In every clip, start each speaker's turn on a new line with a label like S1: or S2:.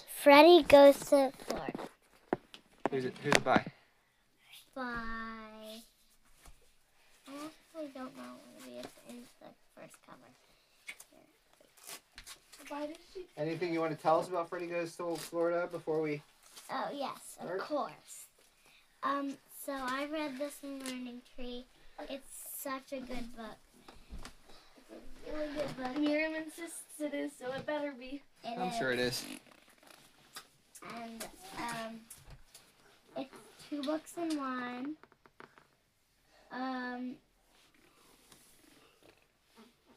S1: Freddy goes to Florida.
S2: Who's it? Who's it by?
S1: Bye. I actually don't know what it is in the first cover.
S3: Why did she?
S2: Anything you want to tell us about Freddy Goes to Florida before we?
S1: Oh yes, of
S2: Art?
S1: course. Um, so I read this in Learning Tree. It's such a good book. It's a really good book.
S3: Miriam insists it is, so it better be.
S1: It
S2: I'm
S1: is.
S2: sure it is.
S1: And um, it's two books in one. Um,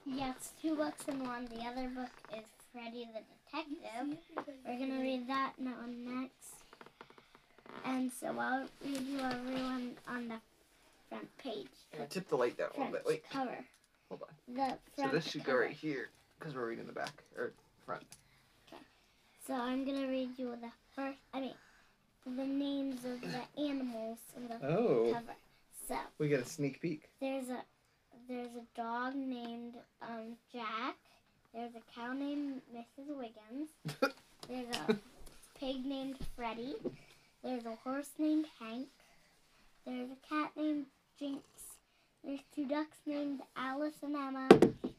S1: yeah, it's two books in one. The other book is Freddy the Detective. We're gonna read that and that one next. And so I'll read you everyone on the front page,
S2: Yeah, tip the light down a
S1: front
S2: little bit. Oh, Wait,
S1: cover.
S2: hold on.
S1: The
S2: So
S1: front
S2: this should go
S1: cover.
S2: right here because we're reading the back or front.
S1: So I'm gonna read you the first. I mean, the names of the animals in the
S2: Oh,
S1: cover. So
S2: we get a sneak peek.
S1: there's a there's a dog named um, Jack. There's a cow named Mrs. Wiggins. There's a pig named Freddy. There's a horse named Hank. There's a cat named Jinx. There's two ducks named Alice and Emma.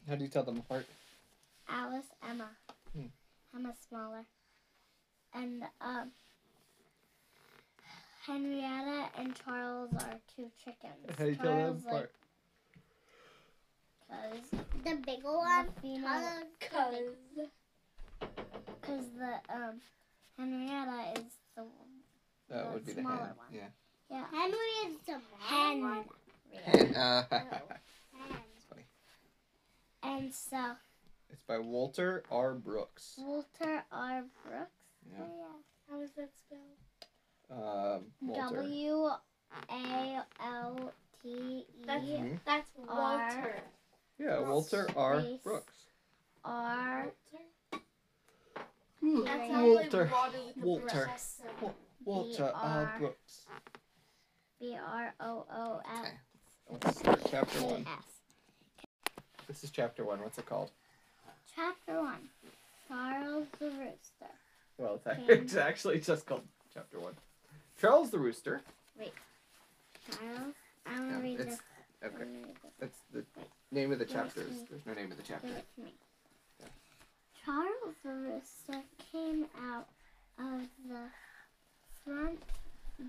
S2: How do you tell them apart?
S1: Alice, Emma.
S2: Hmm.
S1: Emma's smaller. And um, Henrietta and Charles are two chickens.
S2: How do you tell them
S1: Charles, like,
S2: apart?
S1: cause
S4: The big one.
S1: the female,
S3: Cause
S1: cause the um, Henrietta is the
S2: That
S1: the
S2: would be the
S1: smaller
S2: hand.
S1: one.
S2: Yeah.
S1: yeah.
S4: Henry is the
S1: Hen.
S4: one.
S2: Hand, uh,
S4: Hen.
S1: And so
S2: it's by Walter R. Brooks.
S1: Walter R. Brooks. Oh,
S2: Yeah.
S3: how is that spelled?
S2: Um, Walter.
S1: W A L T E
S2: Mhm.
S3: That's
S1: Walter.
S2: Yeah, Walter R.
S1: Space.
S2: Brooks.
S1: R.
S3: That's
S1: Green.
S3: how like
S2: Walter.
S3: water with the
S2: Walter.
S3: brush.
S2: Walter R.
S1: R.
S2: Brooks.
S1: B R O O L
S2: Okay. Let's start chapter
S1: K
S2: one.
S1: S.
S2: This is chapter one. What's it called?
S1: Chapter one. Charles the Rooster.
S2: Well, it's, ac-
S1: Okay.
S2: it's actually just called chapter one. Charles the Rooster.
S1: Charles. I want to
S2: Yeah,
S1: read
S2: it's
S1: this. I
S2: okay.
S1: wanna read this.
S2: That's the name of the
S1: Yeah,
S2: chapter. is-
S1: mm.
S2: There's no name of the chapter.
S1: Give it to me. Charles the Rooster came out of the front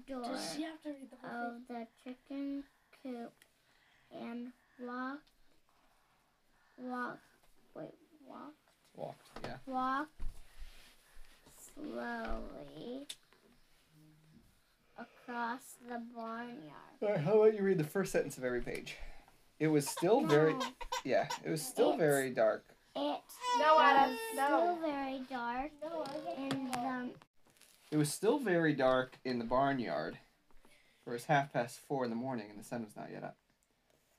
S1: door
S3: Does she have to read the whole
S1: of the chicken coop and walked, walked, wait, walked,
S2: Walked. Yeah.
S1: walked slowly across the barnyard.
S2: All right. How about you read the first sentence of every page? It was still very.
S1: No,
S2: Yeah. It was still
S1: It's-
S2: very dark.
S1: it
S3: No, Adam,
S1: was still
S3: no.
S1: very dark and um,
S2: It was still very dark in the barnyard, for it was half past four in the morning and the sun was not yet up.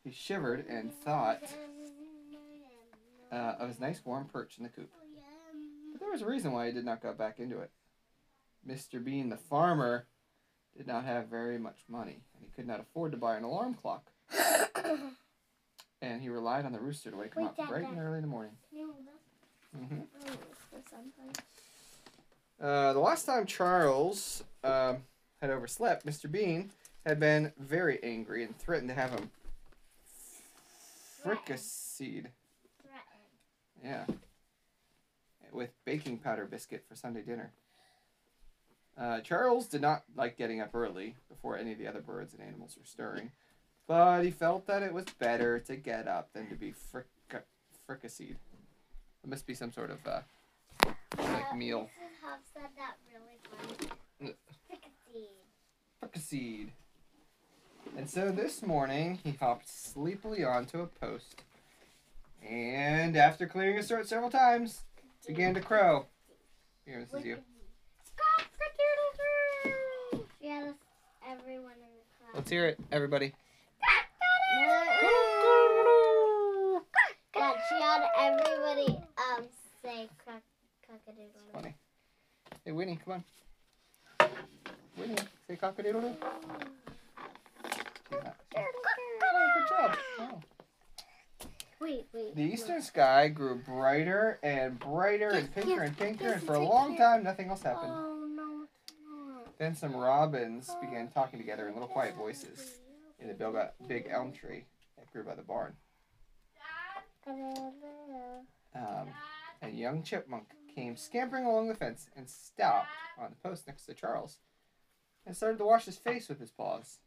S2: He shivered and thought uh, of his nice warm perch in the coop. But there was a reason why he did not go back into it. Mr. Bean, the farmer, did not have very much money, and he could not afford to buy an alarm clock. and he relied on the rooster to wake him
S1: Wait,
S2: up
S1: Dad,
S2: bright and
S1: Dad.
S2: early in the morning.
S1: you know, the
S2: hmm
S1: roots or something.
S2: Uh, the last time Charles um, had overslept, Mr. Bean had been very angry and threatened to have him fricasseed. Yeah. With baking powder biscuit for Sunday dinner. Uh, Charles did not like getting up early before any of the other birds and animals were stirring, but he felt that it was better to get up than to be fricka fricasseed. It must be some sort of uh, like meal.
S1: Mrs. Hobbs said that really funny. Fricasseed.
S2: proceed. And so this morning, he hopped sleepily onto a post, and after clearing his throat several times, began to crow. Here, this is you.
S1: Cock-a-doodle-doo. Yeah, that's everyone in the class.
S2: Let's hear it, everybody.
S1: God, she had everybody um say cock cockadoodle.
S2: Funny. Hey, Winnie, come on. Winnie, say cock-a-doodle-doo. She's not- Oh, good job. Oh.
S1: Wait, wait.
S2: The
S1: wait.
S2: eastern sky grew brighter and brighter and pinker and pinker, and for a long time nothing else happened.
S1: Oh no, it's not.
S2: Then some robins began talking together in little quiet voices in the big, big elm tree that grew by the barn. Um, a young chipmunk came scampering along the fence and stopped on the post next to Charles and started to wash his face with his paws.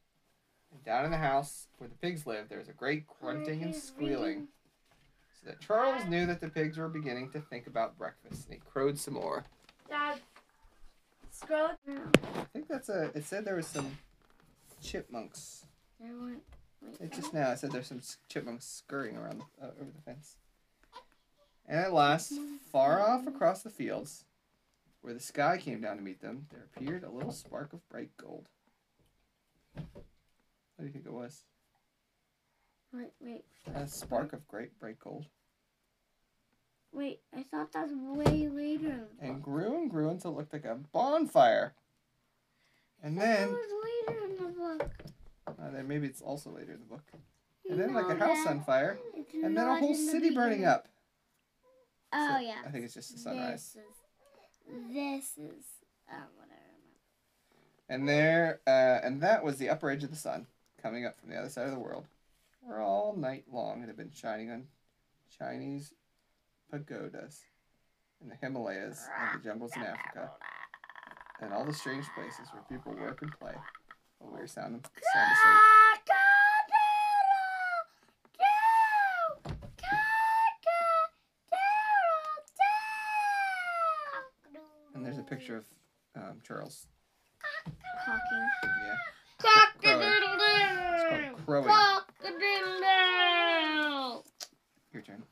S2: And down in the house where the pigs lived, there was a great grunting and squealing, so that Charles knew that the pigs were beginning to think about breakfast, and he crowed some more.
S3: Dad, scroll.
S2: I think that's a. It said there was some chipmunks.
S1: I want. Wait.
S2: It just now it said there's some s- chipmunks scurrying around uh, over the fence. And at last, far off across the fields, where the sky came down to meet them, there appeared a little spark of bright gold. What do you think it was?
S1: Wait, wait,
S2: A spark of great bright gold.
S1: wait. I thought that's way later.
S2: And grew and grew until it looked like a bonfire. And
S1: That
S2: then,
S1: was later in the book.
S2: uh, then maybe it's also later in the book. And then, like a house on fire,
S1: It's
S2: and then a
S1: not
S2: whole
S1: in the
S2: city burning
S1: beginning.
S2: up.
S1: Oh
S2: So,
S1: yeah.
S2: I think it's just the sunrise.
S1: This is. This is. Um, whatever.
S2: And there, uh, and that was the upper edge of the sun coming up from the other side of the world, where all night long it had been shining on Chinese pagodas in the Himalayas and the jungles in Africa, and all the strange places where people work and play. A weird sound, sound
S1: Ah,
S2: asleep. And there's a picture of um, Charles.
S1: Talking.
S2: Yeah. Crowing. It's called crowing. Your turn.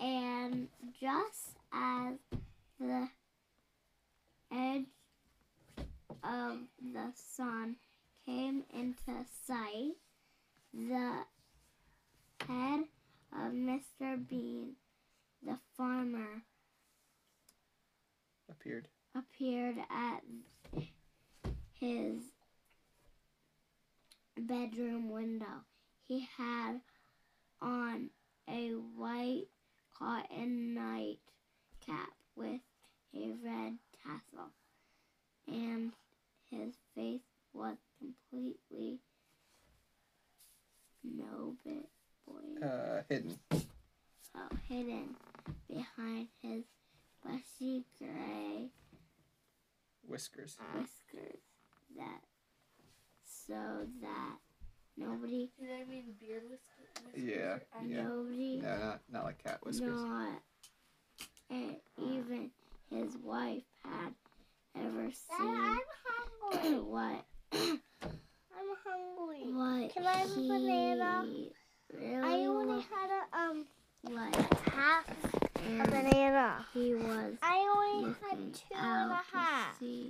S1: And just as the edge of the sun came into sight, the head of Mr. Bean, the farmer,
S2: Appeared.
S1: appeared at his bedroom window. He had on a white cotton night cap with a red tassel, and his face was completely no bit boy
S2: Uh, hidden.
S1: oh, hidden behind his bushy gray
S2: Whiskers.
S1: whiskers that so that nobody
S3: Did I mean beard whiskers?
S2: Yeah, yeah.
S1: nobody
S2: No, not not like cat whiskers.
S1: not and even his wife had ever
S4: I'm
S1: seen
S4: hungry.
S1: what
S4: I'm hungry.
S1: what
S4: Can I have a
S1: he
S4: banana? I
S1: really
S4: only
S1: was
S4: had a um
S1: like
S4: half a
S1: and
S4: banana.
S1: he was
S4: I only had
S1: looking
S4: two and
S1: out
S4: a half.
S1: to see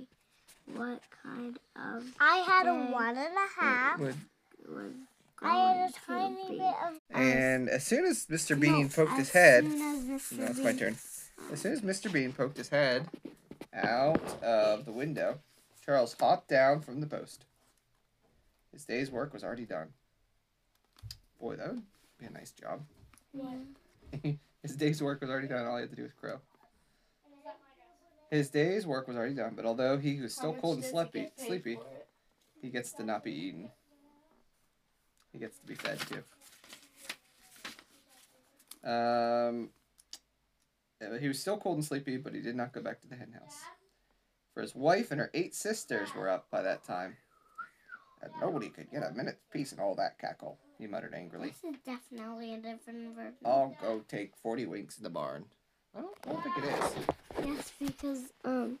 S1: what kind of
S4: I had
S1: Okay.
S4: a one and a half.
S2: Would-
S1: was
S4: I had
S1: going
S4: a
S1: to
S4: tiny
S1: be.
S4: bit of
S2: And as soon as Mr. Bean
S1: No,
S2: poked his
S1: as
S2: head,
S1: soon as Mr.
S2: No, it's my
S1: Bean-
S2: turn. As soon as Mr. Bean poked his head out of the window, Charles hopped down from the post. His day's work was already done. Boy, that would be a nice job. His day's work was already done. All he had to do was crow. His day's work was already done, but although he was still cold and sleepy, sleepy, he gets to not be eaten. He gets to be fed too. Um, uh, he was still cold and sleepy, but he did not go back to the hen house. For his wife and her eight sisters were up by that time. And nobody could get a minute's peace in all that cackle, he muttered angrily.
S1: This is definitely a different version.
S2: I'll go take 40 winks in the barn. I don't, I don't think it is.
S1: Yes, because um,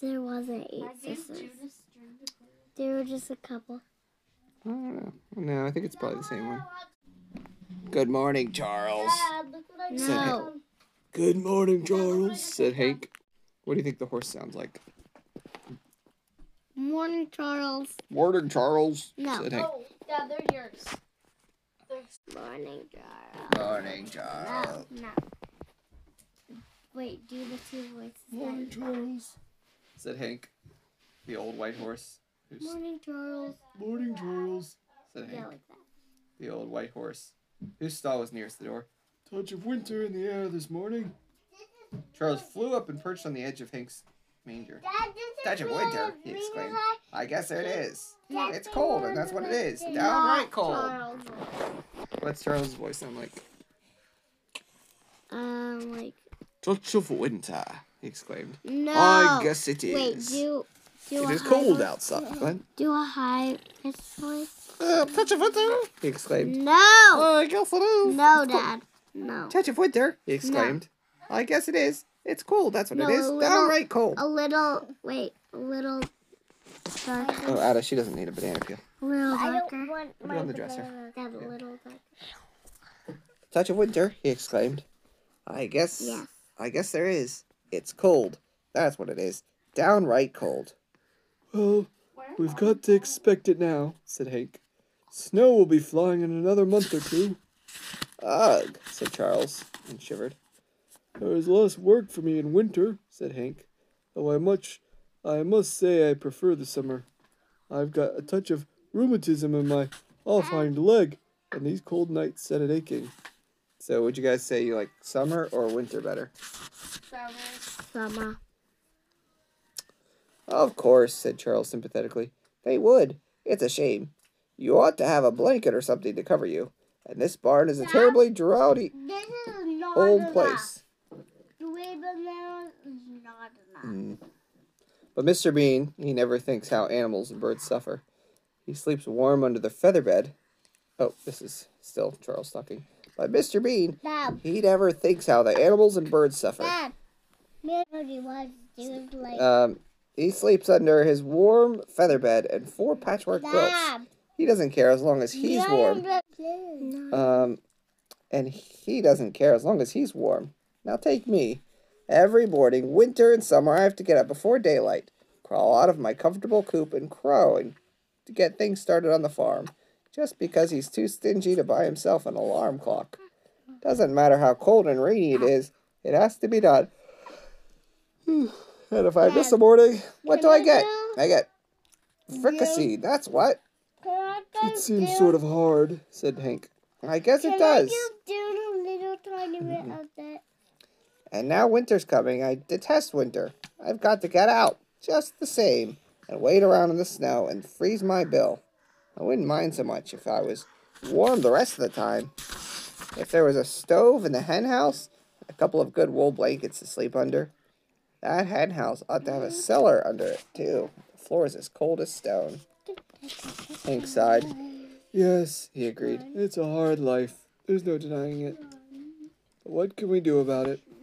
S1: there wasn't eight sisters. There were just a couple.
S2: I don't know. Hmm. No, I think it's probably the same one. Good morning, Charles. Said-
S1: No,
S2: Good morning, Charles, said Hank. What do you think the horse sounds like?
S1: morning, Charles.
S2: Morning, Charles,
S1: No.
S2: said Hank.
S3: Dad, they're yours.
S1: Morning, Charles.
S2: Morning,
S1: No,
S2: Charles.
S1: no. Wait, do the two voices.
S2: Morning,
S1: again.
S2: Charles, said Hank, the old white horse. Who's...
S1: Morning, Charles.
S2: Morning, Charles, said
S1: Yeah,
S2: Hank,
S1: like that.
S2: the old white horse Whose stall was nearest the door? Touch of winter in the air this morning.
S1: This is
S2: Charles flew up and perched on the edge of Hank's manger.
S1: Dad, this
S2: Touch
S1: is
S2: of
S1: really
S2: winter, he
S1: really
S2: exclaimed.
S1: high.
S2: I guess it is.
S1: That's
S2: It's cold, and that's what it is. Downright cold. What's Charles' voice sound like?
S4: Um, like
S2: Touch of winter, he exclaimed.
S4: no.
S2: guess it
S4: Wait, do do a high voice-
S2: outside.
S4: Do a high pitched voice.
S2: Uh, touch of winter, he exclaimed. Oh,
S4: No,
S2: I guess it is.
S4: no, Dad, no.
S2: Touch of winter, he exclaimed. I guess it is. It's cold, that's what
S4: No, Oh.
S2: it is.
S4: a little-
S2: Downright cold.
S4: A little, wait, a little darker,
S2: Oh, Ada, she doesn't need a banana peel.
S4: a little
S1: I
S4: darker.
S1: don't want
S2: Put it
S1: my
S2: on the dresser.
S4: Dad, a little darker.
S2: Touch of winter, he exclaimed. I guess.
S4: Yes.
S2: I guess there is. It's cold. That's what it is. Downright cold. Well, we've got to expect it now, said Hank. Snow will be flying in another month or two. Ugh, said Charles, and shivered. There is less work for me in winter, said Hank. Though I much I must say I prefer the summer. I've got a touch of rheumatism in my off hind leg, and these cold nights set it aching. So would you guys say you like summer or winter better?
S4: Summer.
S2: Of course, said Charles sympathetically. They would. It's a shame. You ought to have a blanket or something to cover you. And this barn is a terribly droughty
S1: This is
S4: Oh,
S1: not
S2: old
S1: enough.
S2: place.
S1: Three bananas is not enough.
S2: Mm. But Mr. Bean, he never thinks how animals and birds suffer. He sleeps warm under the feather bed. Oh, this is still Charles talking. But Mr. Bean,
S1: Dad,
S2: he never thinks how the animals and birds suffer.
S1: Dad. Maybe what he wants to do is like
S2: Um, he sleeps under his warm feather bed and four patchwork quilts.
S1: Dad.
S2: He doesn't care as long as he's warm. Um, and he doesn't care as long as he's warm. Now take me. Every morning, winter and summer, I have to get up before daylight, crawl out of my comfortable coop and crow and to get things started on the farm, just because he's too stingy to buy himself an alarm clock. Doesn't matter how cold and rainy it is, it has to be done. and if I miss a morning, what do I get? I get fricassee, that's what. It seems sort of hard, said Hank. I guess it does.
S1: do a little tiny bit of that.
S2: And now winter's coming. I detest winter. I've got to get out, just the same, and wait around in the snow and freeze my bill. I wouldn't mind so much if I was warm the rest of the time. If there was a stove in the hen house, a couple of good wool blankets to sleep under. That hen house ought to have a cellar under it, too. The floor is as cold as stone. Hank sighed. Yes, he agreed. It's a hard life. There's no denying it. But what can we do about it?